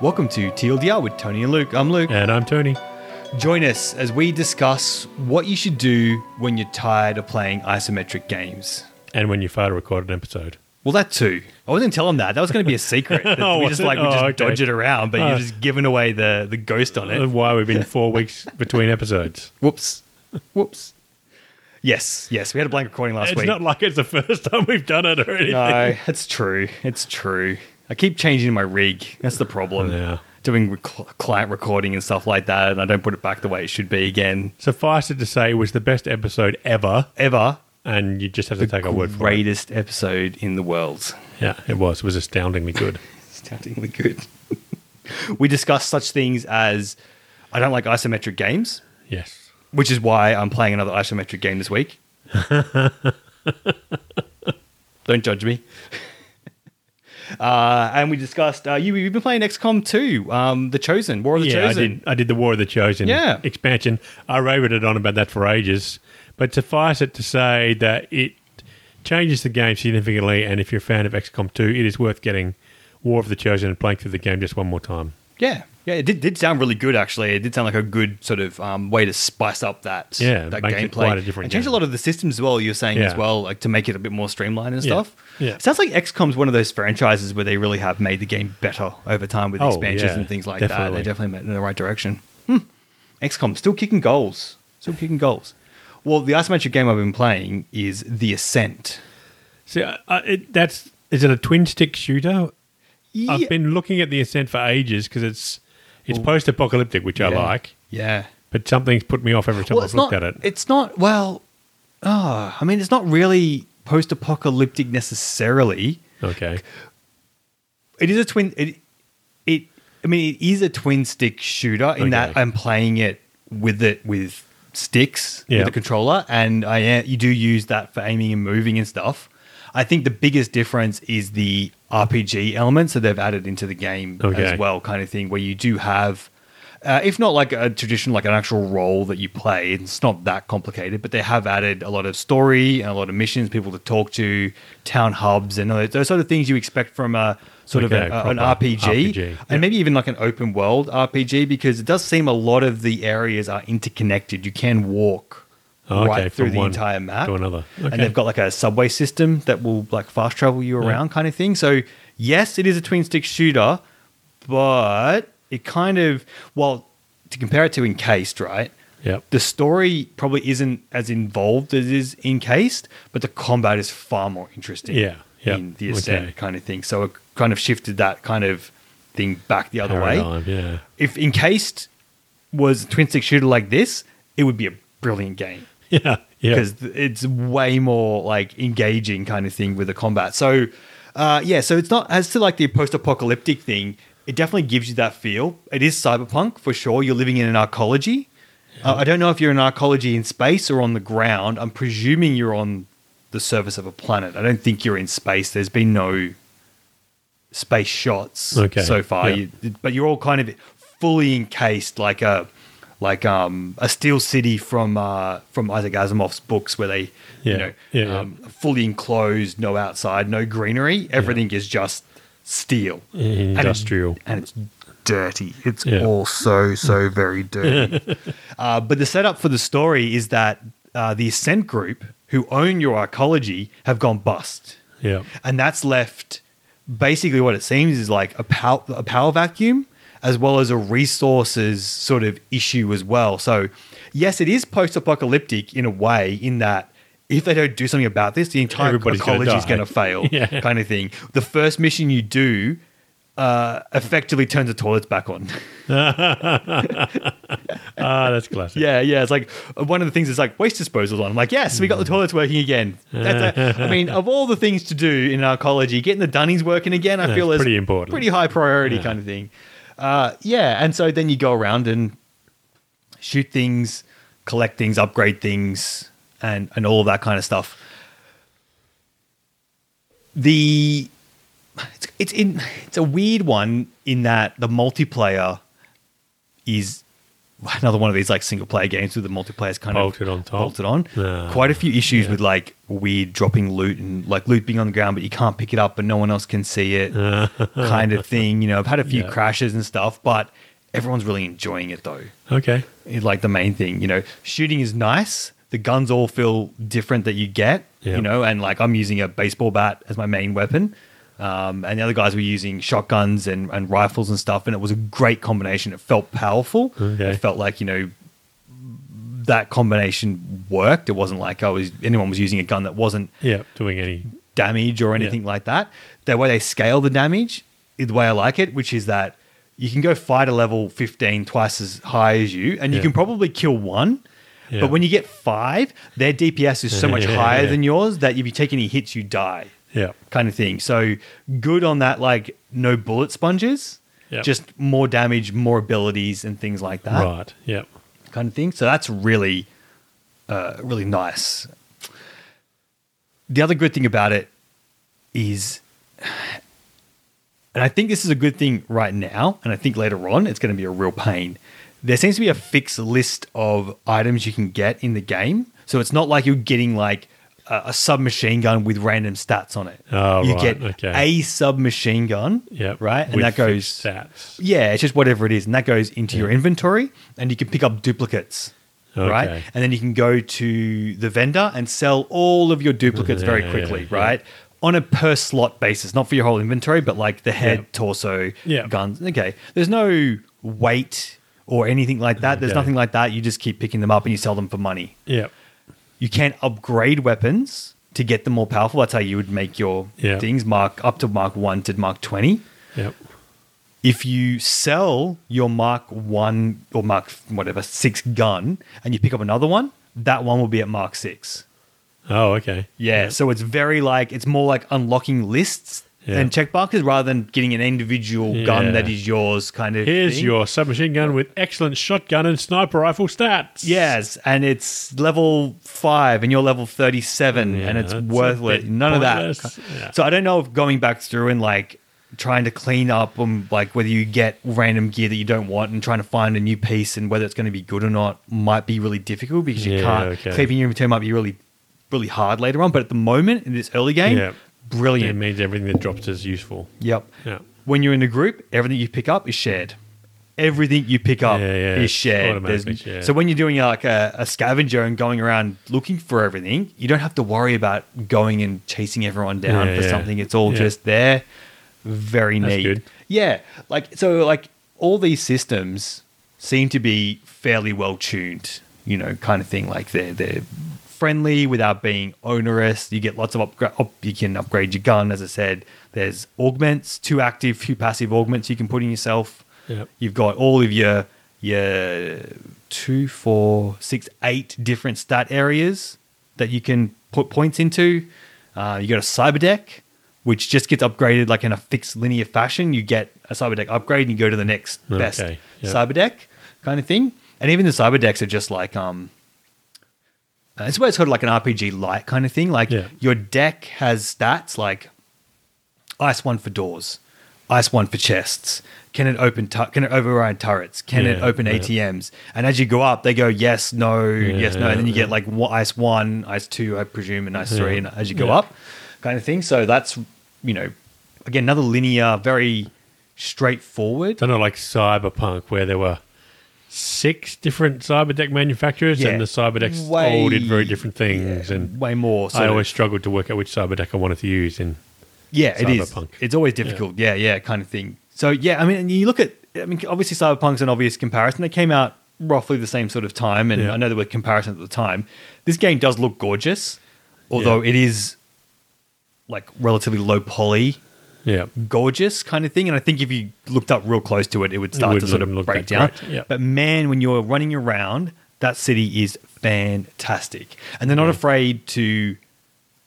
Welcome to TLDR with Tony and Luke. I'm Luke. And I'm Tony. Join us as we discuss what you should do when you're tired of playing isometric games. And when you fail to record an episode. Well, that too. I wasn't telling that. That was going to be a secret. that Oh, we was just it? like we Oh, just okay. dodge it around, but Oh. Uh, you're just giving away the the ghost on it. Why we've been four weeks between episodes. Whoops. Whoops. Yes, yes. We had a blank recording last it's week. not like it's the first time we've done it already. no, it's true. It's true. I keep changing my rig. That's the problem. Yeah. Doing rec- client recording and stuff like that, and I don't put it back the way it should be again. Suffice it to say, it was the best episode ever, Ever. and you just have to take our word for it. Greatest episode in the world. Yeah, it was. It was astoundingly good. Astoundingly good. we discussed such things as I don't like isometric games, yes. which is why I'm playing another isometric game this week. Don't judge me. Uh, and we discussed uh, you, you've been playing XCOM 2, um, The Chosen, War of the yeah, Chosen. I did. I did the War of the Chosen Yeah. expansion. I raved it on about that for ages, but suffice it to say that it changes the game significantly. And if you're a fan of XCOM 2, it is worth getting War of the Chosen and playing through the game just one more time. Yeah, yeah, it did, did sound really good actually. It did sound like a good sort of um, way to spice up that Yeah, it that makes gameplay. it quite a different and change a game. lot of the systems as well. You're saying as Yeah. well, like to make it a bit more streamlined and Yeah, stuff. yeah. sounds like XCOM's one of those franchises where they really have made the game better over time with Oh, expansions yeah, and things like that. They definitely. definitely went in the right direction. Hmm. XCOM still kicking goals, still kicking goals. Well, the isometric game I've been playing is The Ascent. See, I, I, it, that's is it a twin stick shooter? Yeah. I've been looking at the Ascent for ages because it's it's post apocalyptic, which I Yeah. like, yeah. but something's put me off every time I've it's looked not, at it. It's not well. ah, I mean, it's not really post-apocalyptic necessarily. okay, It is a twin. It, it. I mean, it is a twin stick shooter in that Okay. I'm playing it with it with sticks Yeah. with the controller, and I am- you do use that for aiming and moving and stuff. I think the biggest difference is the RPG elements that they've added into the game Okay. as well, kind of thing, where you do have. Uh, if not like a traditional, like an actual role that you play, it's not that complicated. But they have added a lot of story and a lot of missions, people to talk to, town hubs, and all those- those sort of things you expect from a sort of Okay, a- a- an proper RPG, RPG, and yeah. maybe even like an open world RPG because it does seem a lot of the areas are interconnected. You can walk Oh, okay, right through from the one entire map to another. and Okay. they've got like a subway system that will like fast travel you around, kind of thing. So yes, it is a twin stick shooter, but it kind of well to compare it to Encased, right? yep. The story probably isn't as involved as is Encased, but the combat is far more interesting. Yeah, yeah. in the ascent Okay. kind of thing. So it kind of shifted that kind of thing back the other way Paradigm, yeah. if Encased was a twin stick shooter like this, it would be a brilliant game Yeah, yeah. because it's way more like engaging kind of thing with the combat. So, uh, yeah, so it's not as to like the post apocalyptic thing, it definitely gives you that feel. It is cyberpunk for sure. You're living in an arcology. Uh, I don't know if you're in arcology in space or on the ground. I'm presuming you're on the surface of a planet. I don't think you're in space. There's been no space shots Okay, so far. yeah. You, but you're all kind of fully encased like a like um a steel city from uh from Isaac Asimov's books where they you Yeah, know yeah, yeah. um, fully enclosed, no outside, no greenery. Everything is just steel. And it's- Industrial. And it's dirty. It's Yeah. all so, so very dirty. uh, but the setup for the story is that uh, the Ascent group, who own your arcology, have gone bust. Yeah. And that's left basically what it seems is like a power, a power vacuum as well as a resources sort of issue as well. So, yes, it is post apocalyptic in a way, in that if they don't do something about this, the entire Everybody's gonna ecology is die. going to fail, Yeah. kind of thing. The first mission you do uh, effectively turns the toilets back on. Ah, that's classic. Yeah, yeah. It's like uh, one of the things is like waste disposals on. I'm like, yes, we got Hmm. the toilets working again. That's a, I mean, of all the things to do in arcology, getting the dunnies working again, I Yeah, feel it's is pretty important. pretty high priority kind of thing. Uh, yeah, and so then you go around and shoot things, collect things, upgrade things, and and all of that kind of stuff. The it's it's in it's a weird one in that the multiplayer is another one of these like single player games with the multiplayer's kind Bolted of on top. bolted on. Yeah. Quite a few issues with like weird dropping loot and like loot being on the ground, but you can't pick it up, but no one else can see it, kind of thing. You know, I've had a few Yeah. crashes and stuff, but everyone's really enjoying it though. Okay. It's like the main thing, you know, shooting is nice. The guns all feel different that you get, Yeah. you know, and like I'm using a baseball bat as my main weapon. Um, and the other guys were using shotguns and, and rifles and stuff. And it was a great combination. It felt powerful. Okay. It felt like, you know, that combination worked. It wasn't like I was, anyone was using a gun that wasn't Yeah. Doing any. damage or anything like that. The way they scale the damage is the way I like it, which is that you can go fight a level 15 twice as high as you, and you Yeah. can probably kill one. Yeah. But when you get five, their DPS is so much Yeah. higher than yours that if you take any hits, you die, Yeah. kind of thing. So good on that, like no bullet sponges, Yeah. just more damage, more abilities, and things like that Right. Yeah. kind of thing. So that's really, uh, really nice. The other good thing about it is, and I think this is a good thing right now, and I think later on it's going to be a real pain. There seems to be a fixed list of items you can get in the game. So it's not like you're getting like a, a submachine gun with random stats on it. Oh, you right, get okay. a submachine gun, Yeah. right? And With that goes fixed stats. yeah, it's just whatever it is, and that goes into your inventory, and you can pick up duplicates, Okay. right? And then you can go to the vendor and sell all of your duplicates very Yeah, quickly, yeah. right? On a per slot basis, not for your whole inventory, but like the head, Yeah. torso, Yeah. guns. Okay, there's no weight or anything like that. There's Okay. nothing like that. You just keep picking them up and you sell them for money. Yeah. You can upgrade weapons to get them more powerful. That's how you would make your Yeah. things mark up to mark one to mark twenty Yeah. if you sell your Mark One or Mark whatever six gun and you pick up another one, that one will be at Mark Six. Oh, okay. Yeah, so it's very like it's more like unlocking lists Yeah. and check markers rather than getting an individual Yeah. gun that is yours. Kind of Here's thing. your submachine gun with excellent shotgun and sniper rifle stats. yes, and it's level five and you're level thirty seven, Yeah, and it's that's a worthless. bit None pointless. of that. Yeah. So I don't know if going back through and like trying to clean up and like whether you get random gear that you don't want and trying to find a new piece and whether it's going to be good or not might be really difficult because you Yeah, can't okay. keeping your inventory might be really really hard later on. But at the moment in this early game, Yeah. It brilliant. means everything that drops is useful. Yep. Yeah. When you're in a group, everything you pick up is shared. Everything you pick up Yeah, yeah, is it's shared. automatically There's- shared. So when you're doing like a, a scavenger and going around looking for everything, you don't have to worry about going and chasing everyone down Yeah, for yeah. something. It's all Yeah. just there. Very That's neat. good. Yeah. Like so like all these systems seem to be fairly well tuned, you know, kind of thing. Like they're they're friendly without being onerous. You get lots of upgrade up you can upgrade your gun, as I said. There's augments, two active, two passive augments you can put in yourself. Yep. You've got all of your your two, four, six, eight different stat areas that you can put points into. Uh, you got a cyber deck, which just gets upgraded like in a fixed linear fashion. You get a cyber deck upgrade and you go to the next best Okay, yeah. cyber deck kind of thing. And even the cyber decks are just like um, uh, it's where it's sort of like an RPG light kind of thing. Like Yeah. your deck has stats like ice one for doors, ice one for chests. Can it open? Tu- can it override turrets? Can it Yeah, open yeah. ATMs? And as you go up, they go yes, no, yes, no, yeah, and then you yeah. get like wa- ice one, ice two, I presume, and ice three, Yeah. and as you go Yeah. up, kind of thing. So that's you know, again another linear, very straightforward. They're not like Cyberpunk where there were six different cyberdeck manufacturers Yeah. and the cyberdecks Way- all did very different things and Way more. I sort of- always struggled to work out which cyberdeck I wanted to use and Yeah, it is. Cyberpunk. It's always difficult. Yeah. yeah, kind of thing. So yeah, I mean, and you look at. I mean, obviously, Cyberpunk's an obvious comparison. They came out roughly the same sort of time, and Yeah. I know there were comparisons at the time. This game does look gorgeous, although it is like relatively low poly, yeah. gorgeous kind of thing. And I think if you looked up real close to it, it would start to wouldn't sort look of break that down. great, yeah. But man, when you're running around, that city is fantastic, and they're not afraid to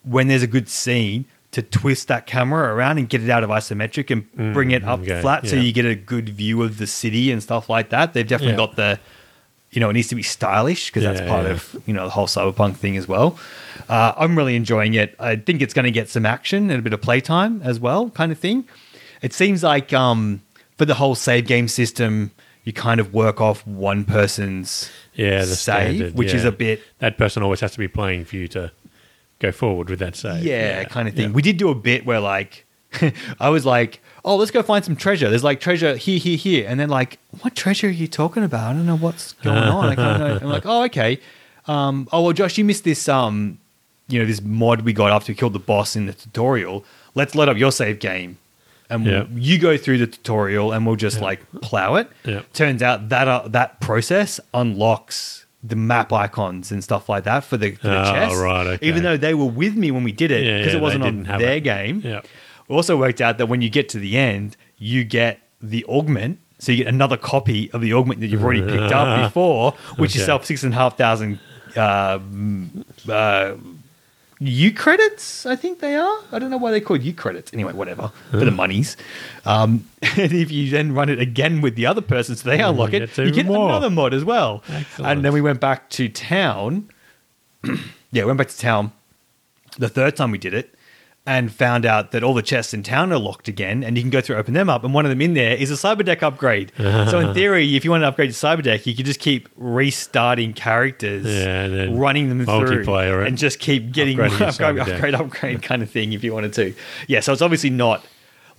when there's a good scene to twist that camera around and get it out of isometric and bring it up Mm, okay, flat so yeah. you get a good view of the city and stuff like that. They've definitely Yeah. got the you know, it needs to be stylish because that's Yeah, part yeah. of you know the whole cyberpunk thing as well. Uh, I'm really enjoying it. I think it's going to get some action and a bit of playtime as well, kind of thing. It seems like um, for the whole save game system, you kind of work off one person's Yeah, the save, standard, which is yeah. a bit That person always has to be playing for you to go forward with that save. yeah, kind of thing. Yeah. We did do a bit where like I was like, oh, let's go find some treasure. There's like treasure here, here, here, and then like, what treasure are you talking about? I don't know what's going on. I kind of know. I'm like, oh, okay. Um, oh well, Josh, you missed this. Um, you know, this mod we got after we killed the boss in the tutorial. Let's load up your save game, and Yeah. we'll, you go through the tutorial, and we'll just like plow it. Yeah. Turns out that uh, that process unlocks the map icons and stuff like that for the, for the Ah, chest. right, okay. Even though they were with me when we did it Yeah, because yeah, it wasn't they on didn't have their it. game. Yeah. We also worked out that when you get to the end, you get the augment. So you get another copy of the augment that you've already picked up before, which is Okay. self six and a half thousand uh, uh, U credits, I think they are. I don't know why they're called U credits. Anyway, whatever. For the monies. Um, and if you then run it again with the other person, so they unlock it, That's you even get more. another mod as well. And then Excellent. we went back to town. yeah, went back to town the third time we did it and found out that all the chests in town are locked again and you can go through open them up and one of them in there is a cyberdeck upgrade so in theory if you want to upgrade your cyberdeck you could just keep restarting characters Yeah, and then running them through multiplayer it. and just keep getting Upgrading your upgrade, cyberdeck. upgrade upgrade kind of thing if you wanted to yeah so it's obviously not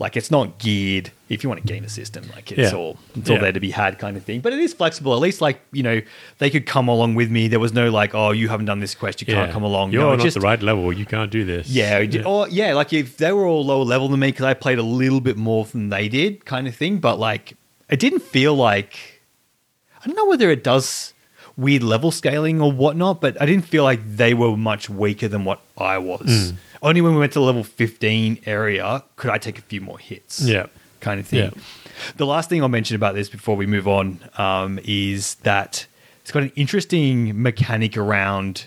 like it's not geared if you want to game a system like it's Yeah. all it's all Yeah. there to be had kind of thing but it is flexible at least like you know they could come along with me there was no like oh you haven't done this quest you can't come along You're no, it's not just the right level. You can't do this. yeah, we did- or yeah, like if they were all lower level than me because I played a little bit more than they did, kind of thing. But like, it didn't feel like I don't know whether it does weird level scaling or whatnot, but I didn't feel like they were much weaker than what I Mm. was. Only when we went to the level fifteen area could I take a few more hits Yeah. kind of thing. Yeah. The last thing I'll mention about this before we move on um, is that it's got an interesting mechanic around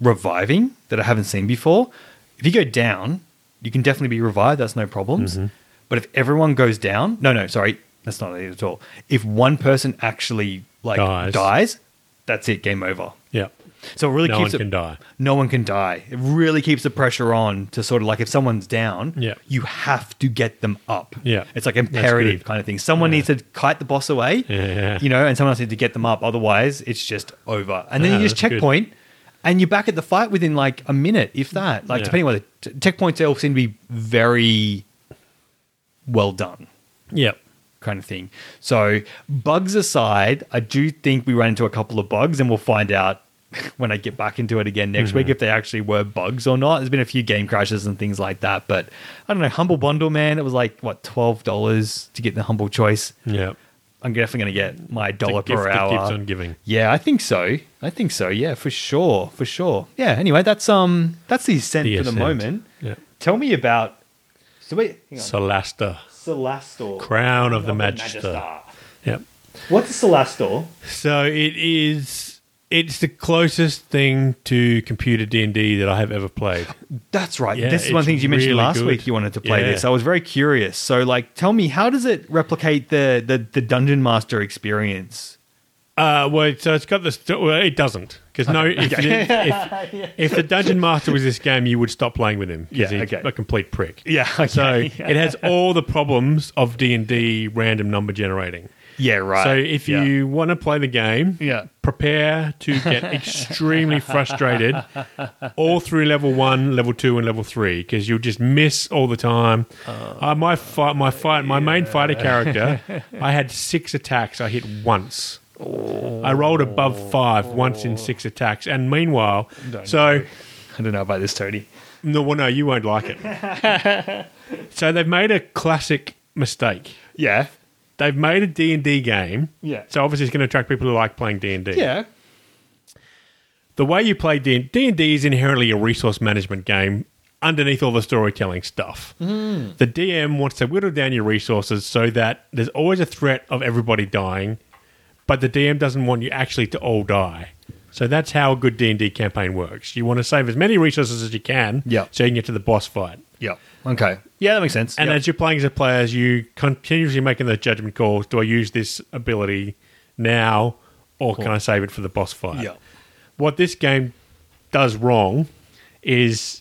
reviving that I haven't seen before. If you go down, you can definitely be revived. That's no problems. Mm-hmm. But if everyone goes down, no, no, sorry, that's not it at all. If one person actually like Dies. dies, that's it. Game over. Yeah. So it really No one keeps it can die. no one can die. It really keeps the pressure on to sort of like if someone's down, Yeah. you have to get them up. Yeah. It's like imperative good. kind of thing. Someone needs to kite the boss away, Yeah. you know, and someone else needs to get them up. Otherwise, it's just over. And then Yeah, you just that's good. checkpoint and you're back at the fight within like a minute, if that. Like, Yeah. depending on whether t- checkpoints all seem to be very well done Yeah. kind of thing. So, bugs aside, I do think we ran into a couple of bugs, and we'll find out when I get back into it again next Mm-hmm. week if they actually were bugs or not. There's been a few game crashes and things like that, but I don't know. Humble Bundle, man, it was like what twelve dollars to get the Humble Choice. Yeah. I'm definitely going to get my dollar gift per that hour. keeps on giving. Yeah, I think so. I think so. Yeah, for sure, for sure. Yeah. Anyway, that's um, that's the ascent The for the ascent. moment. Yeah. Tell me about. So wait, hang on. Solasta. Celastor, Crown of the Magister. Yep. What's a Celastor? So it is. It's the closest thing to computer D and D that I have ever played. That's right. Yeah, this is one of the it's things you mentioned really last good. week. You wanted to play Yeah. this. I was very curious. So, like, tell me, how does it replicate the the, the dungeon master experience? Uh, well, so it's got this. Well, it doesn't because no. If, the, if, if the dungeon master was this game, you would stop playing with him. 'cause Yeah, he's okay. a complete prick. Yeah. Okay. So it has all the problems of D and D random number generating. yeah. Right. So if Yeah. you want to play the game, Yeah. prepare to get extremely frustrated all through level one, level two, and level three because you'll just miss all the time. Uh, my fight, my fight, my main fighter character, I had six attacks. I hit once. I rolled above five once in six attacks, and meanwhile, so. I don't know about this, Tony. No, well, no, you won't like it. so they've made a classic mistake. Yeah. They've made a D&D game. Yeah. So obviously it's going to attract people who like playing D&D. Yeah. The way you play D- D&D is inherently a resource management game underneath all the storytelling stuff. Hmm. The DM wants to whittle down your resources so that there's always a threat of everybody dying, but the DM doesn't want you actually to all die. So that's how a good D&D campaign works. You want to save as many resources as you can Yeah. so you can get to the boss fight. Yeah. Okay. Yeah, that makes sense. And Yep. as you're playing as a player, as you continuously making those judgment calls. Do I use this ability now, or can I save it for the boss fight? Yeah. What this game does wrong is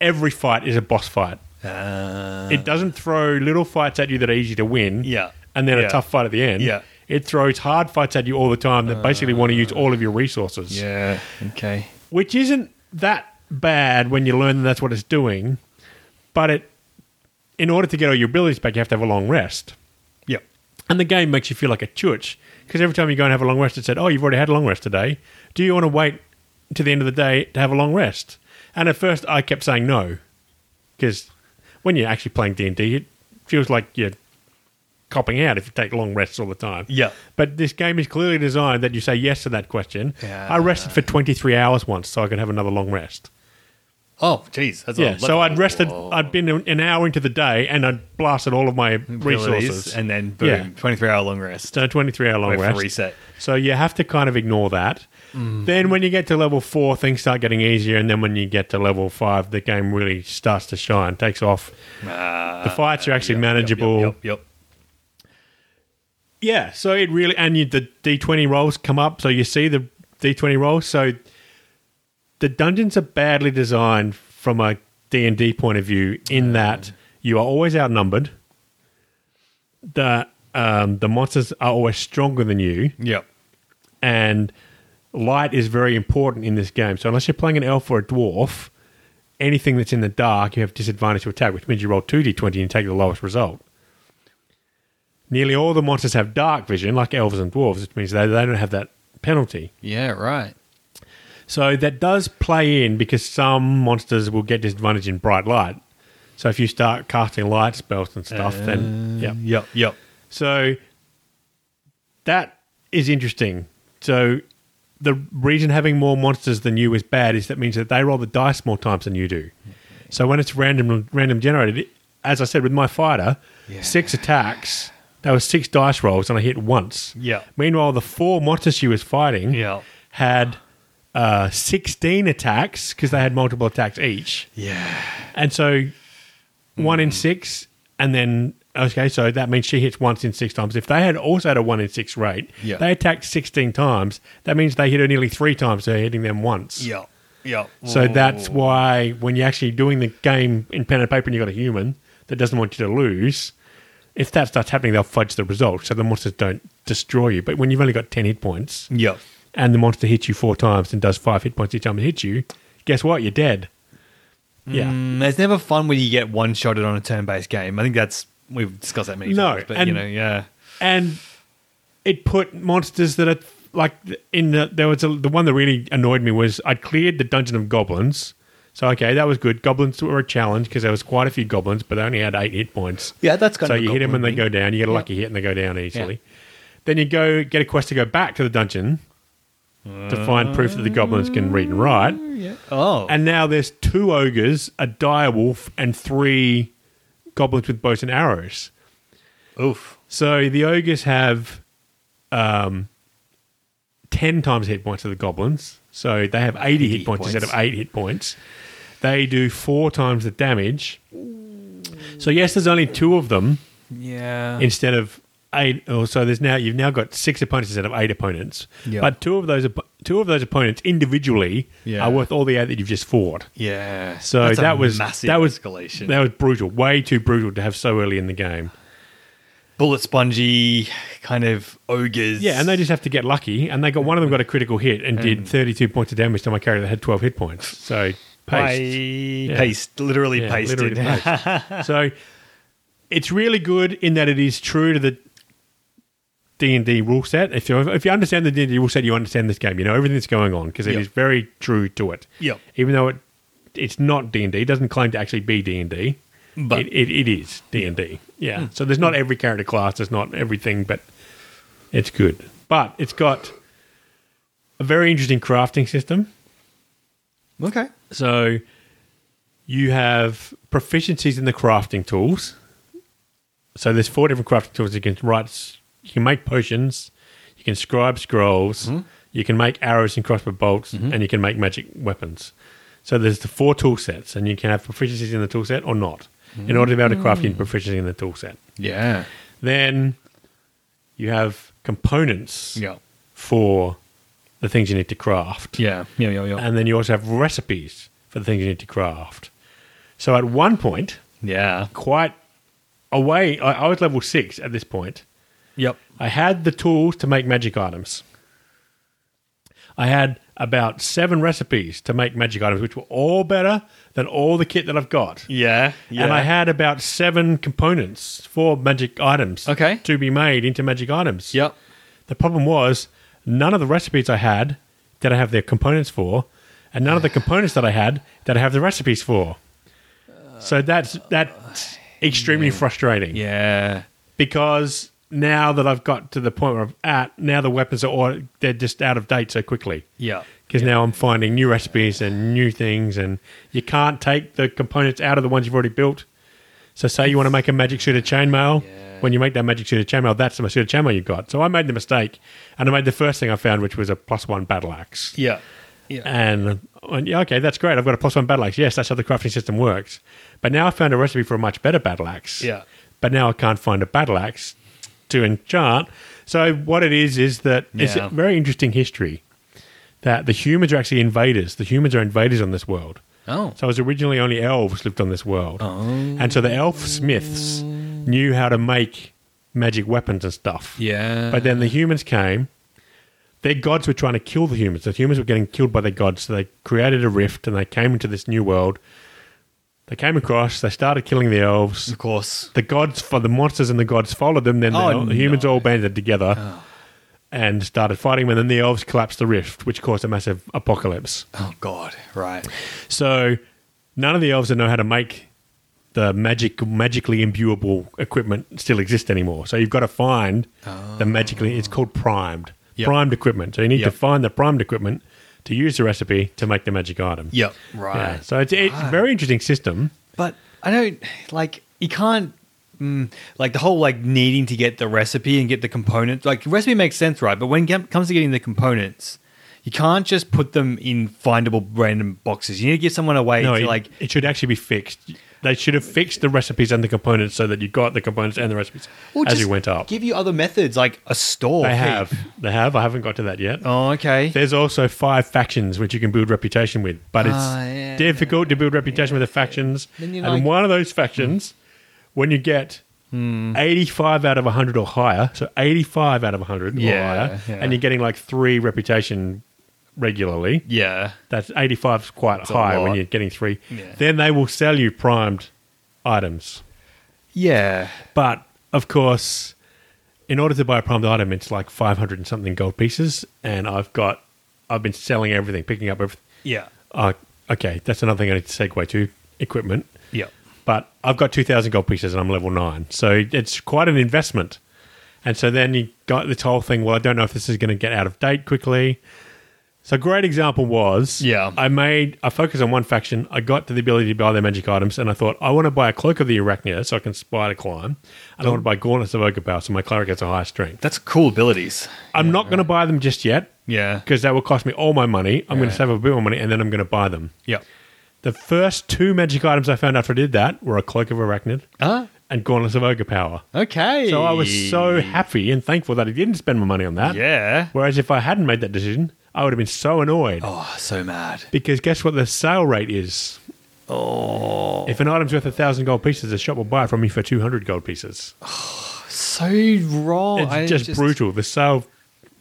every fight is a boss fight. Uh, it doesn't throw little fights at you that are easy to win. Yeah. And then Yeah. a tough fight at the end. Yeah. Uh. It throws hard fights at you all the time that basically want to use all of your resources. Yeah. Okay. Which isn't that bad when you learn that's what it's doing, but it in order to get all your abilities back, you have to have a long rest. Yep. And the game makes you feel like a church because every time you go and have a long rest, it said, "Oh, you've already had a long rest today. Do you want to wait to the end of the day to have a long rest?" And at first, I kept saying no because when you're actually playing D and D, it feels like you're copping out if you take long rests all the time. Yeah. But this game is clearly designed that you say yes to that question. Yeah. I rested for 23 hours once, so I could have another long rest. Oh, jeez. That's a Yeah, lot- so I'd rested. Whoa. I'd been an an hour into the day, and I'd blasted all of my Abilities, resources. and then boom, Yeah. 23 hour long rest. so twenty-three hour long Wait rest. for reset. Mm. So you have to kind of ignore that. Then when you get to level four, things start getting easier, and then when you get to level five, the game really starts to shine, takes off. Ah, The fights are actually yep, yep, manageable. Yep, yep, yep. Yeah, so it really and you, the D twenty rolls come up, so you see the D twenty rolls. So the dungeons are badly designed from a D and D point of view, in that you are always outnumbered. The um, the monsters are always stronger than you, Yep. and light is very important in this game. So unless you're playing an elf or a dwarf, anything that's in the dark, you have disadvantage to attack, which means you roll two d twenty and take the lowest result. Nearly all the monsters have dark vision, like elves and dwarves, which means they, they don't have that penalty. Yeah, right. So that does play in because some monsters will get disadvantage in bright light. So if you start casting light spells and stuff, then yeah, Yep, yep. so that is interesting. So the reason having more monsters than you is bad is that means that they roll the dice more times than you do. So when it's random random generated, it- as I said with my fighter, Yeah. six attacks, there were six dice rolls and I hit once. Yeah. Meanwhile, the four monsters she was fighting Yeah. had uh, 16 attacks because they had multiple attacks each. Yeah. And so one in six, and then okay, so that means she hits once in six times. If they had also had a one in six rate, Yeah. they attacked sixteen times. That means they hit her nearly three times. So hitting them once. Yep, yep. So that's why when you're actually doing the game in pen and paper, and you've got a human that doesn't want you to lose. If that starts happening, they'll fudge the result, so the monsters don't destroy you. But when you've only got ten hit points Yep. and the monster hits you four times and does five hit points each time it hits you, guess what? You're dead. Yeah. Mm, it's never fun when you get one shotted on a turn based game. I think that's we've discussed that many No, times. But and- you know, yeah. and it put monsters that are like in the there was a, the one that really annoyed me was I'd cleared the dungeon of goblins. So okay, that was good. Goblins were a challenge because there was quite a few goblins, but they only had eight hit points. Yeah, that's kind so of a you hit them and goblin they go down. You get a lucky hit and they go down easily. Then you go get a quest to go back to the dungeon to find proof that the goblins can read and write. Yeah. Oh. And now there's two ogres, a dire wolf, and three goblins with bows and arrows. oof. So the ogres have um, 10 times hit points of the goblins. So they have 80 80 hit points, instead of points. 8 hit points. They do 4 times the damage. So yes, there's only 2 of them Yeah. instead of 8 or so there's now you've now got 6 opponents instead of 8 opponents. Yeah. But two of those op- two of those opponents individually Yeah. are worth all the 8 that you've just fought. yeah. So That's a that was massive that was escalation. That was brutal, way too brutal to have so early in the game. Bullet spongy kind of ogres. Yeah, and they just have to get lucky, and they got one of them got a critical hit and, did 32 points of damage to my character that had 12 hit points. So paste, paste. Yeah. Paste. Literally Yeah, pasted. literally paste. so it's really good in that it is true to the D and D rule set. If you if you understand the D and D rule set, you understand this game. You know everything that's going on because it is Yep. very true to it. Yep. Even though it it's not D and D, it doesn't claim to actually be D and D, But- Hmm. it, it, it is D and D. Yeah. So there's not every character class. There's not everything, but it's good. But it's got a very interesting crafting system. okay. So you have proficiencies in the crafting tools. So there's four different crafting tools. You can write, s- you can make potions, you can scribe scrolls, you can make arrows and crossbow bolts, and you can make magic weapons. So there's the four tool sets, and you can have proficiencies in the tool set or not. In order to be able to craft, you need proficiency in the tool set. Yeah. Then you have components Yeah. for the things you need to craft Yeah. Yeah. Yeah. Yeah. and then you also have recipes for the things you need to craft. So at one point, yeah. quite away, I, I was level six at this point, Yep. I had the tools to make magic items. I had about seven recipes to make magic items, which were all better than all the kit that I've got. Yeah. Yeah. And I had about seven components for magic items Okay. to be made into magic items. Yep. The problem was none of the recipes I had that I have the components for, and none of the components that I had that I have the recipes for. So that's that's extremely frustrating Yeah. because now that I've got to the point where I'm at, now the weapons are all, they're just out of date so quickly. Yeah. Because now I'm finding new recipes and new things, and you can't take the components out of the ones you've already built. So, say you want to make a magic suit of chainmail. When you make that magic suit of chainmail, that's the suit of chainmail you've got. So, I made the mistake, and I made the first thing I found, which was a plus one battle axe. Yeah. Yeah. And I went, yeah, okay, that's great. I've got a plus one battle axe. Yes, that's how the crafting system works. But now I found a recipe for a much better battle axe. Yeah. But now I can't find a battle axe to enchant. So what it is is that it's Yeah. a very interesting history that the humans are actually invaders. The humans are invaders on this world. Oh. So it was originally only elves lived on this world. And so the elf smiths knew how to make magic weapons and stuff. Yeah. But then the humans came. Their gods were trying to kill the humans. The humans were getting killed by their gods. So they created a rift and they came into this new world. They came across. They started killing the elves. of course. The gods, for the monsters and the gods followed them. Then the, Oh, the humans no. Oh. all banded together and started fighting. And then the elves collapsed the rift, which caused a massive apocalypse. Oh God. Right. So none of the elves that know how to make the magic magically imbuable equipment still exist anymore. So you've got to find the magically it's called primed. Oh. Yep. Primed equipment. So you need to Yep. find the primed equipment to use the recipe to make the magic item. Yep. Yeah. So it's, it's a very interesting system. But I don't like you can't mm, like the whole like needing to get the recipe and get the components. Like recipe makes sense, right? But when it comes to getting the components, you can't just put them in findable random boxes. You need to give someone a way No, to it, like like it should actually be fixed. They should have fixed the recipes and the components so that you got the components and the recipes Well, as just you went up. Give you other methods like a store. they hey. have. They have. I haven't got to that yet. Oh, okay. There's also five factions which you can build reputation with, but it's Ah, yeah, difficult to build reputation with the factions. Then you and like- one of those factions, when you get Hmm. 85 out of 100 or higher, so 85 out of 100 Yeah, or higher, yeah. and you're getting like three reputation regularly, yeah. that's 85 is quite a high when lot. you're getting three, Yeah. then they will sell you primed items. Yeah. But of course, in order to buy a primed item, it's like five hundred and something gold pieces, and I've got, I've been selling everything, picking up everything. Yeah. Uh, okay, that's another thing I need to segue to equipment. Yeah. But I've got two thousand gold pieces, and I'm level nine, so it's quite an investment. And so then you got this whole thing. Well, I don't know if this is going to get out of date quickly. So a great example was Yeah. I made I focused on one faction. I got to the ability to buy their magic items, and I thought I want to buy a cloak of the Arachnida so I can spider climb, and I want to buy gauntlets of ogre power so my cleric has a higher strength. That's cool abilities. I'm not going to buy them just yet Yeah. because that will cost me all my money. I'm going to Right. save up a bit more money, and then I'm going to buy them. Yeah. The first two magic items I found after I did that were a cloak of arachnid Huh? and gauntlets of ogre power. Okay. So I was so happy and thankful that I didn't spend my money on that. Yeah. Whereas if I hadn't made that decision, I would have been so annoyed. Oh, so mad. Because guess what the sale rate is? Oh. If an item's worth a thousand gold pieces, the shop will buy it from you for two hundred gold pieces. So wrong. it's Oh, I Hmm. just, brutal. The sale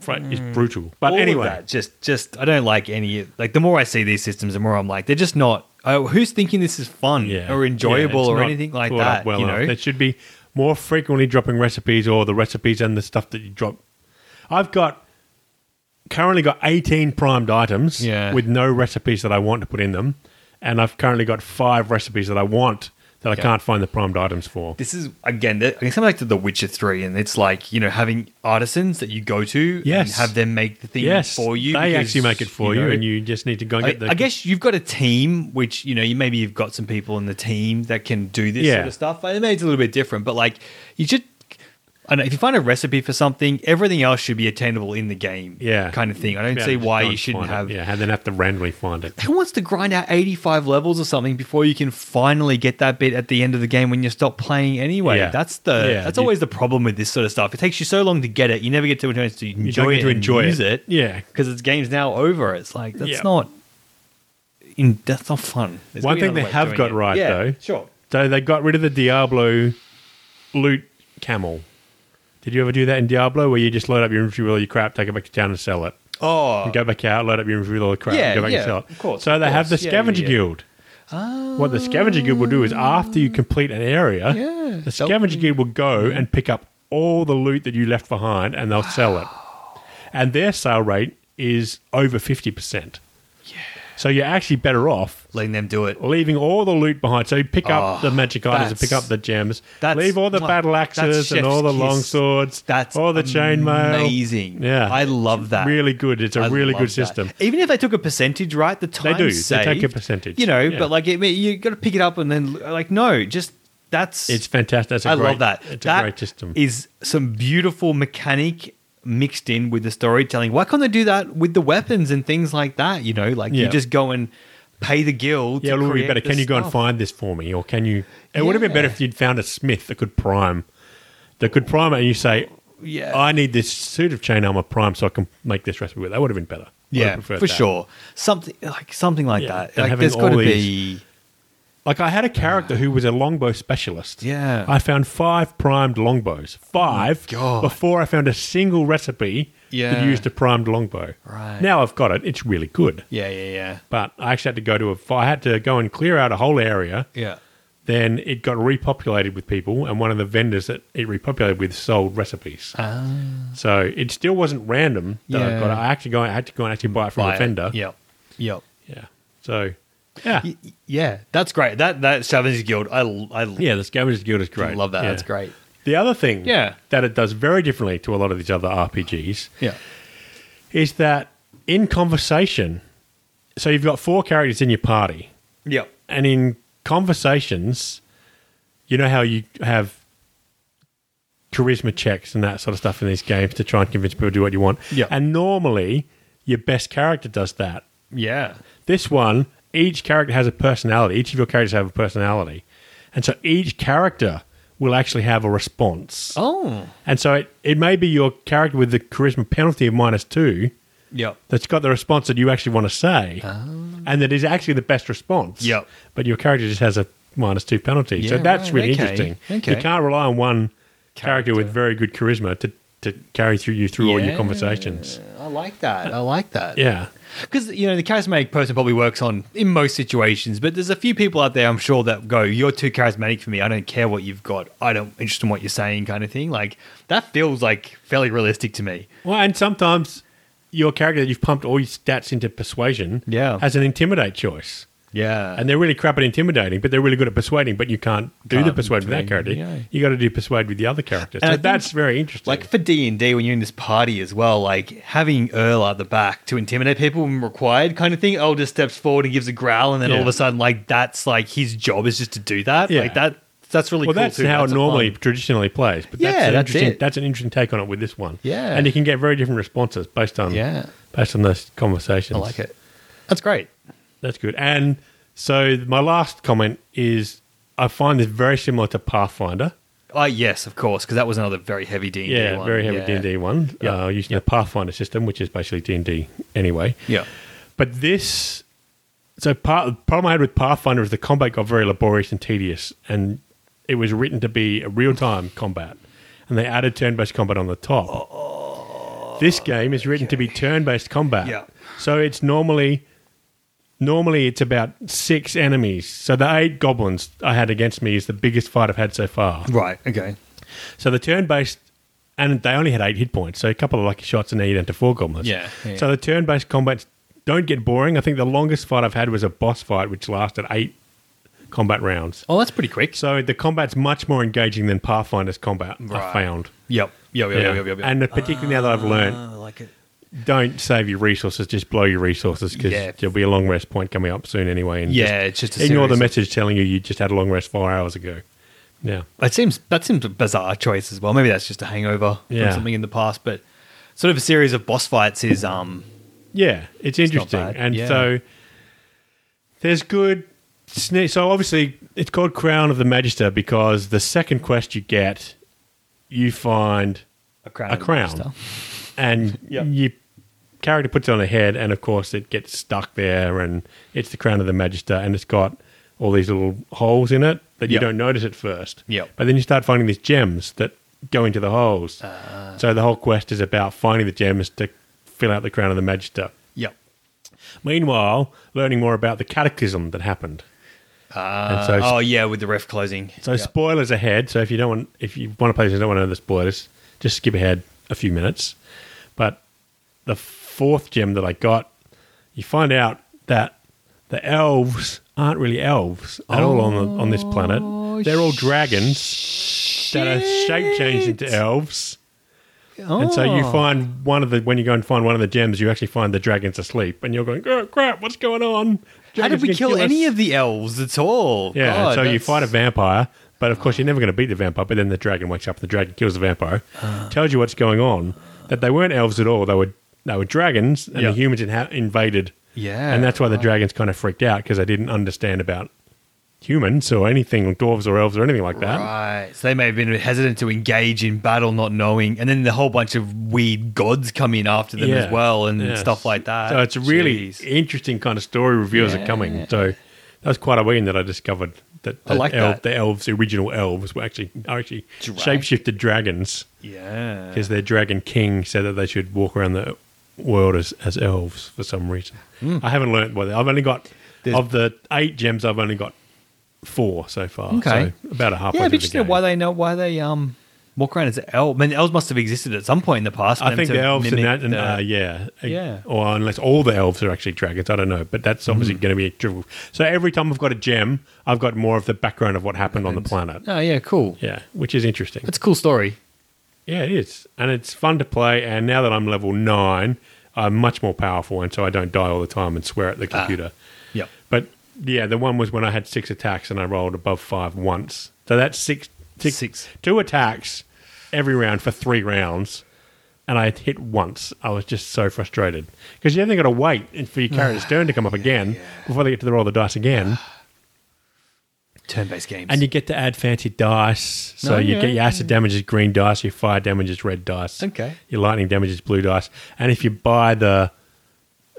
rate is brutal. But all of anyway, that, just just I don't like any like the more I see these systems, the more I'm like they're just not. Oh, who's thinking this is fun yeah, or enjoyable Yeah, it's or not anything like thought up that? well you enough. know, there should be more frequently dropping recipes or the recipes and the stuff that you drop. I've got currently got eighteen primed items Yeah. with no recipes that I want to put in them, and I've currently got five recipes that I want that I Yeah. can't find the primed items for. this is again. the- I think something like the Witcher Three, and it's like you know having artisans that you go to Yes. and have them make the thing yes, for you. They because, actually make it for you, know, and you just need to go and I, get the. I guess you've got a team, which you know you maybe you've got some people in the team that can do this Yeah. sort of stuff. Like, maybe it's a little bit different, but like you should. I don't know, if you find a recipe for something, everything else should be attainable in the game. Yeah. kind of thing. I don't Yeah, see just why go you and shouldn't find have. It. Yeah, and then have to randomly find it. Who wants to grind out eighty-five levels or something before you can finally get that bit at the end of the game when you stop playing anyway? Yeah. That's the Yeah, that's you- always the problem with this sort of stuff. It takes you so long to get it, you never get to a chance to You don't enjoy get it to enjoy and use it Yeah, because its game's now over. It's like that's Yeah. not in that's not fun. There's gotta One be thing they another way of have doing got it. right, Yeah, though. sure. So they got rid of the Diablo loot camel. Did you ever do that in Diablo where you just load up your inventory with all your crap, take it back to town and sell it? Oh, And go back out, load up your inventory with all the crap, Yeah, and go back yeah, and sell it. of course, So of they have the course. Yeah, yeah, scavenger yeah. guild. What the scavenger guild will do is after you complete an area, Yeah. the scavenger guild will go and pick up all the loot that you left behind and they'll sell it. And their sale rate is over 50%. Yeah. So you're actually better off letting them do it. leaving all the loot behind. So you pick up Oh, the magic items and pick that's- up the gems. that's- Leave all the mwah, battle that's axes and chef's all the kiss. long swords. That's all Oh, the chainmail. Amazing. Yeah, I love that. Really good. It's a I really love good that. system. Even if they took a percentage, right? The time do. They saved, take a percentage. You know, Yeah. but like it, you got to pick it up and then like no, just that's It's fantastic. That's a I great, love that. It's That a great system. Is some beautiful mechanic mixed in with the storytelling. Why can't they do that with the weapons and things like that? You know, like Yeah. you just go and pay the guild. yeah, to it would be create better. the Can you go and stuff. find this for me, or can you? It would have been Yeah. better if you'd found a smith that could prime, that could prime it, and you say, Yeah. I need this suit of chain armor prime, so I can make this recipe with." it." That would have been better. Would have Yeah, for preferred that. sure. Something like something like Yeah, that. and Like having there's got to all these- be. Like I had a character who was a longbow specialist. Yeah. Oh I found five primed longbows. Five God. before I found a single recipe that Yeah. used a primed longbow. Right. Now I've got it. It's really good. Yeah, yeah, yeah, But I actually had to go to a I had to go and clear out a whole area. yeah. Then it got repopulated with people and one of the vendors that it repopulated with sold recipes. So it still wasn't random that I Yeah. got it. I actually go I had to go and actually buy it from a vendor. Ah. Yep, yep. Yeah. So yeah. Y- yeah, that's great. That that Scavenger's Guild, I l- I l- Yeah, the Scavengers Guild is great. love that. Yeah. That's great. The other thing Yeah. that it does very differently to a lot of these other RPGs Yeah, is that in conversation, so you've got four characters in your party, yep. and in conversations, you know how you have charisma checks and that sort of stuff in these games to try and convince people to do what you want. Yeah. And normally, your best character does that. Yeah. This one, each character has a personality. Each of your characters have a personality. And so each character will actually have a response. Oh. And so it, it may be your character with the charisma penalty of minus two Yep. that's got the response that you actually want to say and that is actually the best response. Ah. Yep. But your character just has a minus two penalty. so Yeah, that's right, really okay, interesting. okay. You can't rely on one character, with very good charisma to, to carry through you through all your Yeah. conversations. I like that. I like that. Yeah. Because, you know, the charismatic person probably works on in most situations, but there's a few people out there, I'm sure, that go, You're too charismatic for me. I don't care what you've got. I don't interest in what you're saying, kind of thing. Like, that feels like fairly realistic to me. Well, and sometimes your character that you've pumped all your stats into persuasion Yeah. has an intimidate choice. Yeah. And they're really crap at intimidating, but they're really good at persuading, but you can't do the Can't persuade with that persuade, character. yeah. You got to do persuade with the other character. I So think, that's very interesting. like for D and D, when you're in this party as well, like having Earl at the back to intimidate people when required, kind of thing. Earl just steps forward and gives a growl, and then all Yeah. of a sudden, like that's like his job is just to do that. Yeah. Like that, that's really well, cool that's too. how it a normally fun- traditionally plays. But that's Yeah, an that's interesting, it. That's an interesting take on it with this one. Yeah. and you can get very different responses based on Yeah. based on those conversations. I like it. That's great. That's good. And so my last comment is, I find this very similar to Pathfinder. Oh yes, of course, because that was another very heavy D and D. yeah, one. very heavy Yeah. D and D one. Yep. Uh, using the Pathfinder system, which is basically D and D anyway. Yeah, But this, so part the problem I had with Pathfinder is the combat got very laborious and tedious, and it was written to be a real time combat, and they added turn based combat on the top. this game is written to be turn based combat, Yeah. so it's normally. Normally, it's about six enemies. So the eight goblins I had against me is the biggest fight I've had so far. right. Okay. So the turn based, and they only had eight hit points. So a couple of lucky shots, and then you're down to four goblins. Yeah, yeah. So the turn based combats don't get boring. I think the longest fight I've had was a boss fight, which lasted eight combat rounds. Oh, that's pretty quick. So the combat's much more engaging than Pathfinder's combat. I Right. found. Yep. Yep. Yep. Yeah. Yep. Yep. Ah. yep. And particularly now that I've learned, Oh, I like it. don't save your resources. Just blow your resources because Yeah. there'll be a long rest point coming up soon anyway. And Yeah, just it's just a ignore series the of- message telling you you just had a long rest four hours ago. Yeah. That seems that seems a bizarre choice as well. Maybe that's just a hangover Yeah. from something in the past, but sort of a series of boss fights is um Yeah, it's interesting. bad. and Yeah. so there's good. sne- So obviously, it's called Crown of the Magister because the second quest you get, you find a crown. a crown, and Yep. your character puts it on their head, and of course, it gets stuck there, and it's the Crown of the Magister, and it's got all these little holes in it that you Yep. don't notice at first. Yep. But then you start finding these gems that go into the holes. Ah. so the whole quest is about finding the gems to fill out the crown of the Magister. Yep. Meanwhile, learning more about the cataclysm that happened. Uh, so- oh yeah, with the ref closing. So Yep. spoilers ahead. So if you don't want, if you want to play this and don't want to know the spoilers, just skip ahead a few minutes. But the fourth gem that I got, you find out that the elves aren't really elves at all on the, on this planet. Oh, They're all dragons that are shape changed into elves. And so you Oh. find one of the when you go and find one of the gems, you actually find the dragons asleep, and you're going, "Oh crap, what's going on?" How did Dragons we can kill, any us." of the elves at all? Yeah, God, so you that's- fight a vampire, but of course you're never going to beat the vampire. But then the dragon wakes up, and the dragon kills the vampire. Ah. tells you what's going on. That they weren't elves at all. They were they were dragons, and Yeah. the humans inha- invaded. Yeah, and that's why the dragons kind of freaked out because they didn't understand about humans or anything, dwarves or elves or anything like that. Right. So they may have been hesitant to engage in battle, not knowing, and then the whole bunch of weird gods come in after them as Yeah. well, and Yeah. stuff like that. So it's a really Jeez. interesting kind of story. Reveals are coming. So that was quite a win that I discovered that the, I like that. the elves, the original elves, were actually are actually Drag- shapeshifted dragons. yeah. because their dragon king said that they should walk around the world as, as elves for some reason. I haven't learnt what they- I've only got Hmm. There's- of the eight gems. I've only got four so far. Okay. so about a half. Yeah, I'd be interested why they know why they um walk around as elves. I mean, elves must have existed at some point in the past. for I them think to the elves and mimic that, and, the- uh, yeah, Yeah. or unless all the elves are actually dragons, I don't know. But that's obviously Mm. going to be a trivial. So every time I've got a gem, I've got more of the background of what happened on the planet. oh yeah, cool. Yeah, which is interesting. That's a cool story. Yeah, it is. And it's fun to play. And now that I'm level nine, I'm much more powerful. And so I don't die all the time and swear at Ah. the computer. Yep. But yeah, the one was when I had six attacks and I rolled above five once. So that's six, six, Six. two attacks every round for three rounds. And I hit once. I was just so frustrated because you then got to wait for your character's turn to come up again before they get to the roll of the dice again. Turn-based games. And you get to add fancy dice. So Oh, you yeah, get your acid damage is green dice, your fire damage is red dice. Okay. Your lightning damage is blue dice. And if you buy the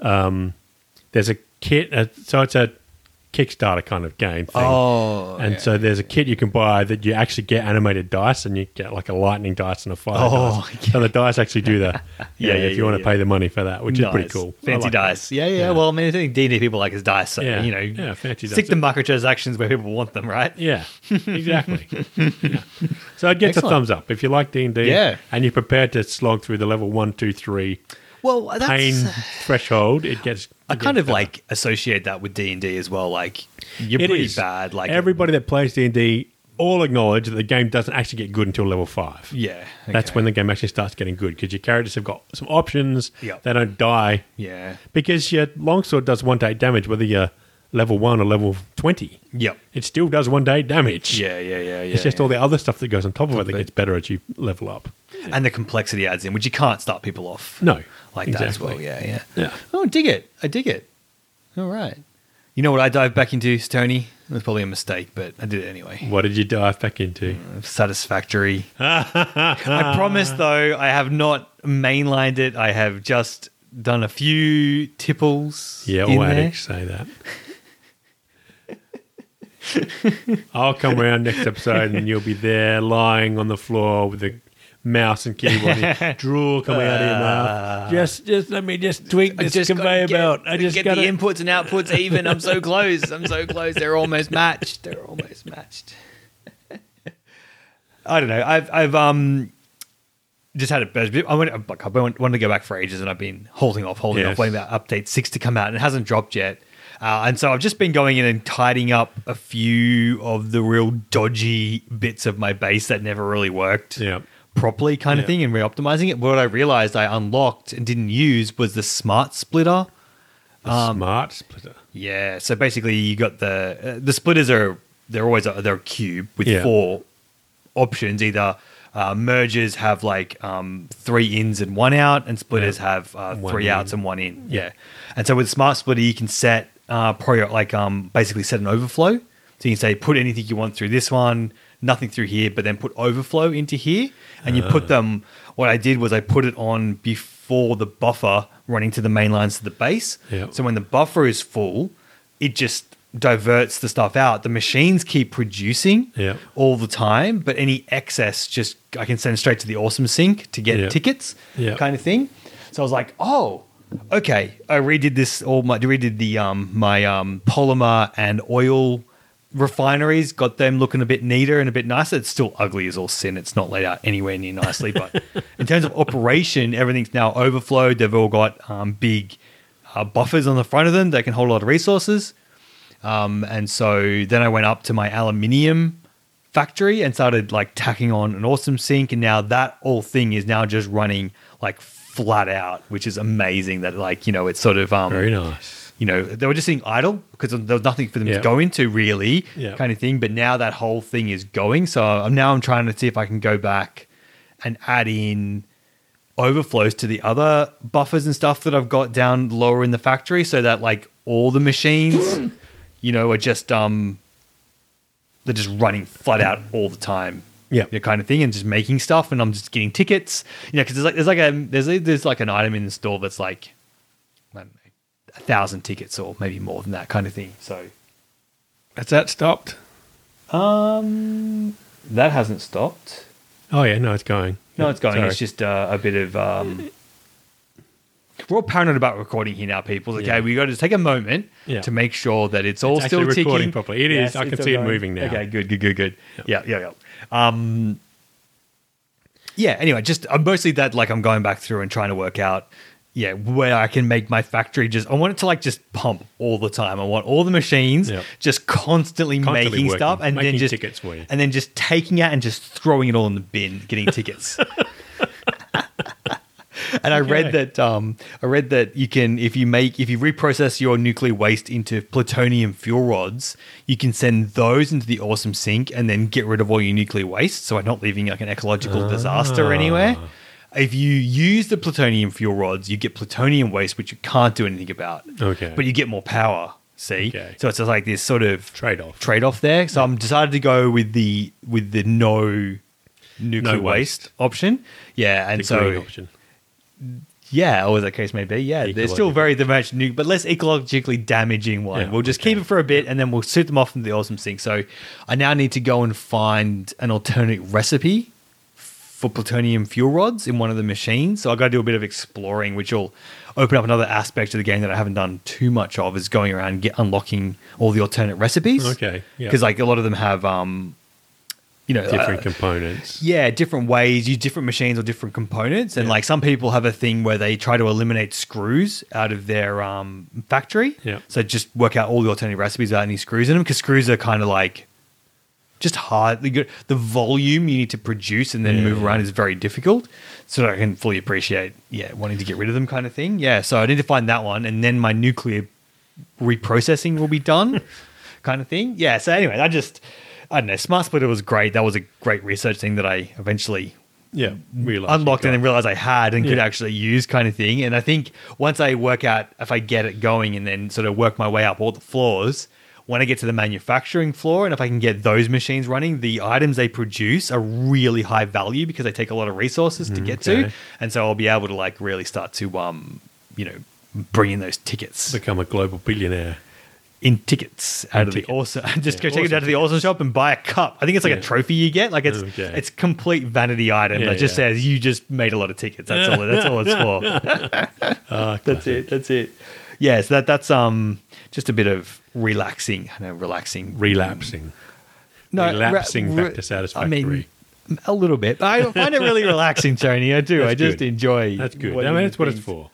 um there's a kit uh, so it's a Kickstarter kind of game thing. oh, and yeah. so there's a kit you can buy that you actually get animated dice and you get like a lightning dice and a fire Oh, dice. So the dice actually do that. yeah, Yeah, if yeah, you want to yeah. pay the money for that, which is pretty Nice. cool. I Fancy like that. dice. Yeah, yeah, Well, I mean, I think D&D people like his dice. So, Yeah. you know, Yeah, fancy stick dice. to microtransactions where people want them, right? Yeah, exactly. Yeah. So I'd get the Excellent. thumbs up if you like D and D, Yeah. and you're prepared to slog through the level one, two, three Well, that's... pain threshold. It gets. I it kind gets of better. like associate that with D and D as well. Like you're It pretty is. bad. Like everybody that plays D and D all acknowledge that the game doesn't actually get good until level five. yeah, That's okay. when the game actually starts getting good because your characters have got some options. Yep. They don't die yeah, because your longsword does one to eight damage whether you're level one or level twenty. yep, It still does one to eight damage. yeah, yeah, yeah, yeah. It's just all the other stuff that goes on top of it that it. gets better as you level up. and the complexity adds in, which you can't start people off. No, like that as well. exactly. Yeah, yeah, Yeah. Oh, dig it! I dig it. All right. You know what I dive back into, Stony? It was probably a mistake, but I did it anyway. What did you dive back into? Mm. Satisfactory. I promise, though, I have not mainlined it. I have just done a few tipples. Yeah, in all there. addicts say that. I'll come around next episode and you'll be there lying on the floor with a mouse and keyboard, and drool coming out of your mouth. Just, just let me just tweak Ah. I this just gotta conveyor get- belt. I just get got the to. inputs and outputs even. I'm so close. I'm so close. They're almost matched. They're almost matched. I don't know. I've I've um just had a I went like I went- wanted to go back for ages, and I've been holding off, holding Yes. off, waiting for update six to come out, and it hasn't dropped yet. Uh, and so I've just been going in and tidying up a few of the real dodgy bits of my base that never really worked Yeah. properly kind Yeah. of thing and re-optimizing it. What I realized I unlocked and didn't use was the smart splitter. Um, smart splitter. Yeah, so basically you got the uh, the splitters are they're always a, they're a cube with Yeah. four options. Either uh, mergers have like um, three ins and one out, and splitters Yeah. have uh, One three in. outs and one in. Yeah. Yeah, and so with smart splitter you can set uh, prior like um basically set an overflow. So you can say put anything you want through this one, nothing through here, but then put overflow into here, and you put them. What I did was I put it on before the buffer running to the main lines to the base. Yeah. So when the buffer is full, it just diverts the stuff out. The machines keep producing Yeah. all the time, but any excess just I can send straight to the awesome sync to get Yeah. tickets, Yeah. kind of thing. So I was like, oh, okay. I redid this all my redid the um my um polymer and oil refineries, got them looking a bit neater and a bit nicer. It's still ugly as all sin. It's not laid out anywhere near nicely, but in terms of operation, everything's now overflowed. They've all got um, big uh, buffers on the front of them that can hold a lot of resources. Um, and so then I went up to my aluminium factory and started like tacking on an awesome sink. And now that whole thing is now just running like flat out, which is amazing that like, you know, it's sort of, um, Very nice. you know, they were just sitting idle because there was nothing for them Yeah. to go into really Yeah. kind of thing. But now that whole thing is going. So I'm now I'm trying to see if I can go back and add in overflows to the other buffers and stuff that I've got down lower in the factory so that like all the machines, you know, are just um they're just running flat out all the time. Yeah. That kind of thing, and just making stuff, and I'm just getting tickets, you know, because there's like there's like a there's a, there's like an item in the store that's like I don't know, a thousand tickets or maybe more than that kind of thing. So That's that stopped. um, that hasn't stopped. Oh yeah, no, it's going. No, it's going. Sorry. It's just uh, a bit of. Um, we're all paranoid about recording here now, people. Okay, Yeah. we got to take a moment Yeah. to make sure that it's all It's still actually recording ticking. properly. It is. I can it's all see it going. moving now. Okay, good, good, good, good. Yeah, yeah, yeah. Um, yeah. Anyway, just uh, mostly that. Like, I'm going back through and trying to work out. Yeah, where I can make my factory just. I want it to like just pump all the time. I want all the machines Yeah. just constantly, Constantly making working, stuff and making then just tickets for you. and then just taking out and just throwing it all in the bin, getting tickets. and I read Okay. that um, I read that you can if you make if you reprocess your nuclear waste into plutonium fuel rods, you can send those into the awesome sink and then get rid of all your nuclear waste. So we're not leaving like an ecological Ah. disaster anywhere. If you use the plutonium fuel rods, you get plutonium waste, which you can't do anything about. Okay. But you get more power. See, Okay. so it's just like this sort of Trade-off. trade off there. So I'm decided to go with the with the no nuclear No waste. waste. option. Yeah, and The so green option. yeah, or as the case may be, yeah, they're still Ecological. very damaged nuke, but less ecologically damaging one. Yeah, we'll just okay. keep it for a bit, and then we'll shoot them off into the awesome sink. So I now need to go and find an alternate recipe for plutonium fuel rods in one of the machines. So I got to do a bit of exploring, which will open up another aspect of the game that I haven't done too much of. Is going around and get unlocking all the alternate recipes. Okay, yeah. because like a lot of them have, um, you know, Different uh, components. yeah, different ways, use different machines or different components. And like some people have a thing where they try to eliminate screws out of their um, factory. Yeah. So just work out all the alternative recipes without any screws in them because screws are kind of like just hard. you got- The volume you need to produce and then Yeah, move yeah. around is very difficult. So I can fully appreciate, yeah, wanting to get rid of them kind of thing. Yeah. So I need to find that one. And then my nuclear reprocessing will be done, kind of thing. Yeah. So anyway, I just I don't know. Smart Splitter was great. That was a great research thing that I eventually Yeah, realised unlocked and you've got- then realized I had and could Yeah. actually use, kind of thing. And I think once I work out if I get it going and then sort of work my way up all the floors. When I get to the manufacturing floor, and if I can get those machines running, the items they produce are really high value because they take a lot of resources to get to, Mm, Okay. and so I'll be able to like really start to, um, you know, bring in those tickets become a global billionaire. in tickets out of the tickets. awesome. Just go Yeah, take it awesome down to the awesome shop and buy a cup. I think it's like Yeah. a trophy you get. Like it's Okay. it's complete vanity item Yeah, that just yeah. says you just made a lot of tickets. That's all. That's all it's for. Uh, that's it. That's it. Yeah, so that that's um just a bit of relaxing. I know relaxing. relapsing. no, re- relapsing re- back to I satisfactory. mean, a little bit. But I find it really relaxing, Tony. I do. That's I just good. enjoy. that's good. what I mean, it that's what it's means. for.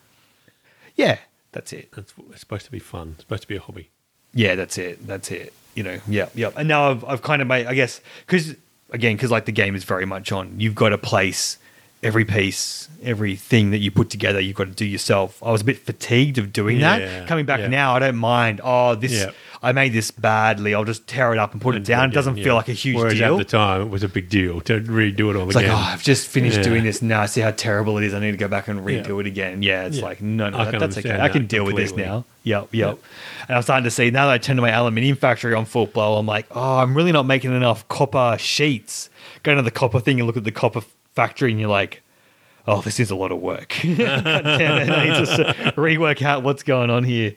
Yeah, that's it. That's, it's supposed to be fun. It's supposed to be a hobby. yeah, that's it. That's it. You know, yeah, yeah. And now I've, I've kind of made, I guess, because again, because like the game is very much on, you've got to place every piece, everything that you put together, you've got to do yourself. I was a bit fatigued of doing Yeah, that. Coming back yeah. now, I don't mind. Oh, this, Yeah. I made this badly. I'll just tear it up and put it down. It doesn't Yeah. feel like a huge Whereas deal. at the time, it was a big deal to redo it all it's like, again. oh, I've just finished Yeah. doing this now. I see how terrible it is. I need to go back and redo Yeah. it again. Yeah, it's Yeah. like, no, no, I that- can that's okay. understand I can that deal with this completely. now. Yep, yep. And I'm starting to see now that I turn to my aluminium factory on full blow, I'm like, oh, I'm really not making enough copper sheets. Go to the copper thing and look at the copper f- factory, and you're like, oh, this is a lot of work. God damn it, I need to s- rework out what's going on here.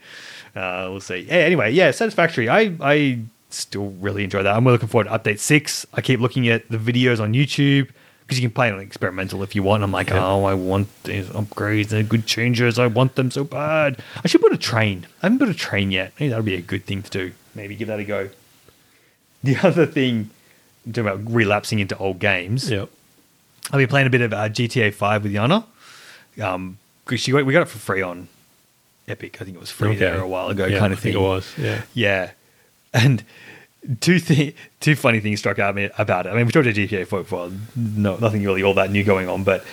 Uh, we'll see. Yeah, anyway, yeah, satisfactory. I I still really enjoy that. I'm looking forward to update six. I keep looking at the videos on YouTube because you can play it on experimental if you want. I'm like, Yeah. oh, I want these upgrades. They're good changes. I want them so bad. I should put a train. I haven't put a train yet. Maybe that would be a good thing to do. Maybe give that a go. The other thing, talking about relapsing into old games. Yep. I'll be playing a bit of uh, GTA 5 with Yana. Um, 'cause she got, we got it for free on Epic. I think it was free there a while ago, Yeah, kind of I thing. think it was. Yeah. Yeah, and two thi- two funny things struck out me about it. I mean, we talked about GTA 4 before. No, nothing really all that new going on, but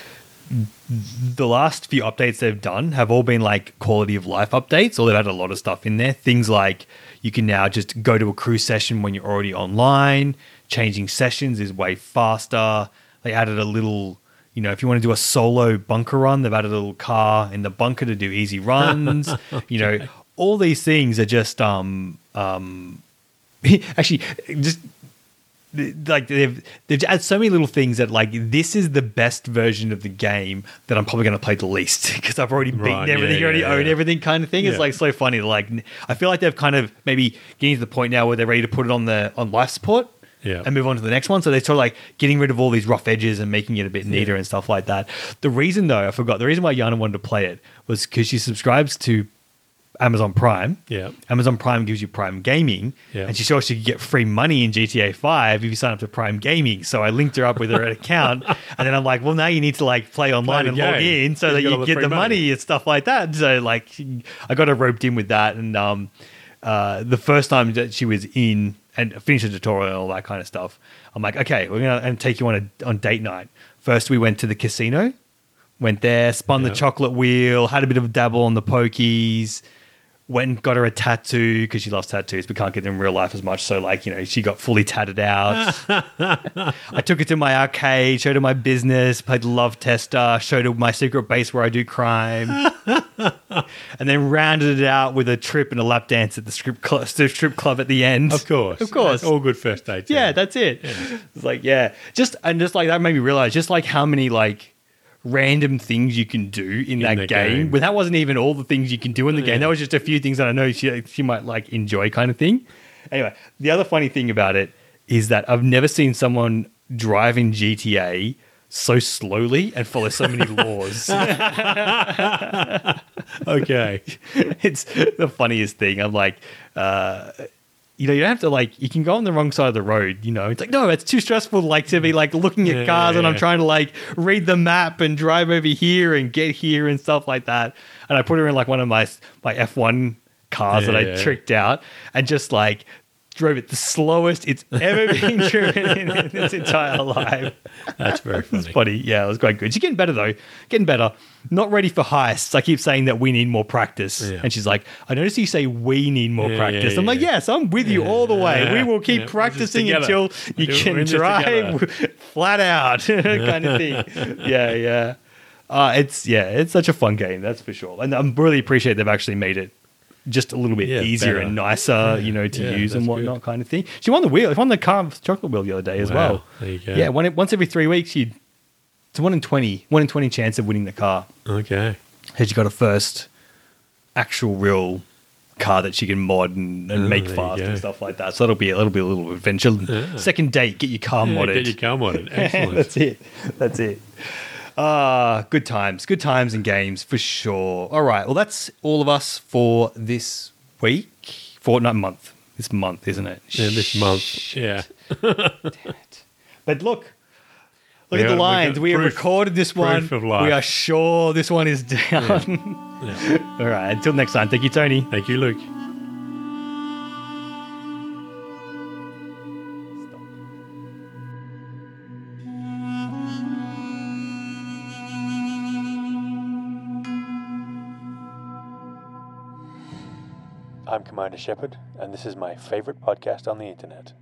the last few updates they've done have all been like quality of life updates, or they've had a lot of stuff in there. Things like you can now just go to a cruise session when you're already online. Changing sessions is way faster. They added a little, you know, if you want to do a solo bunker run, they've added a little car in the bunker to do easy runs. you know, all these things are just um um actually just like they've they've added so many little things that like this is the best version of the game that I'm probably going to play the least because I've already beaten Right, yeah, everything, yeah, already yeah, owned yeah. everything, kind of thing. It's Yeah. like so funny. Like I feel like they've kind of maybe getting to the point now where they're ready to put it on the on life support Yeah. and move on to the next one. So they're sort of like getting rid of all these rough edges and making it a bit neater and stuff like that. The reason though I forgot the reason why Yana wanted to play it was because she subscribes to Amazon Prime. Yeah. Amazon Prime gives you Prime Gaming, Yeah. and she saw she could get free money in GTA Five if you sign up to Prime Gaming. So I linked her up with her account, and then I'm like, well, now you need to like play online the and log game. in so You that got you all the get free the money. money and stuff like that. So like, I got her roped in with that, and um, uh, the first time that she was in and finished the tutorial and all that kind of stuff, I'm like, okay, we're gonna and take you on a on date night. First, we went to the casino, went there, spun Yeah. the chocolate wheel, had a bit of a dabble on the pokies. Went and got her a tattoo because she loves tattoos, but can't get them in real life as much. So, like, you know, she got fully tatted out. I took her to my arcade, showed her my business, played Love Tester, showed her my secret base where I do crime, and then rounded it out with a trip and a lap dance at the strip, cl- strip club at the end. Of course. Of course. That's all good first dates. Yeah, that's it. It's like yeah, just and just like that made me realize just like how many like random things you can do in, that the game. game. Well, that wasn't even all the things you can do in the game. That was just a few things that I know she she might like enjoy kind of thing. Anyway, the other funny thing about it is that I've never seen someone drive in GTA so slowly and follow so many laws. okay. it's the funniest thing. I'm like, uh, you know, you don't have to like. You can go on the wrong side of the road. You know, it's like no, it's too stressful. Like to be like looking at Yeah, cars, yeah, and I'm yeah. trying to like read the map and drive over here and get here and stuff like that. And I put her in like one of my my F1 cars that I Yeah. tricked out, and just like drove it the slowest it's ever been driven in, in its entire life. That's very funny. Buddy, yeah, it was quite good. She's getting better though, getting better. Not ready for heists. I keep saying that we need more practice, Yeah. and she's like, "I notice you say we need more Yeah, practice." yeah, I'm like, yeah. "Yes, I'm with you all the way. Yeah. We will keep Yeah, we're just practicing together. until you We're in can this together." drive flat out, kind of thing." yeah, yeah. Uh, it's yeah, it's such a fun game, that's for sure. And I am really appreciate they've actually made it just a little bit Yeah, easier better. and nicer, you know, to yeah, use and that's whatnot, kind of thing. She won the wheel. She won the car chocolate wheel the other day as Wow, well. there you go. Yeah, one, once every three weeks, you it's a one in 20, one in 20 chance of winning the car. Okay. Has she got a first actual real car that she can mod and, and Oh, make there you fast go. and stuff like that. So that'll be, that'll be a little adventure. Second date, get your car Yeah, modded. get your cum on it. Excellent. That's it. That's it. Ah, good times. Good times and games for sure. All right. Well, that's all of us for this week. Fortnight month. This month, isn't it? yeah, this month. Yeah. But look. Look We at the are- we lines. got We have proof- recorded this one. proof of life. We are sure this one is down. yeah. all right. Until next time. Thank you, Tony. Thank you, Luke. I'm Commander Shepard, and this is my favorite podcast on the internet.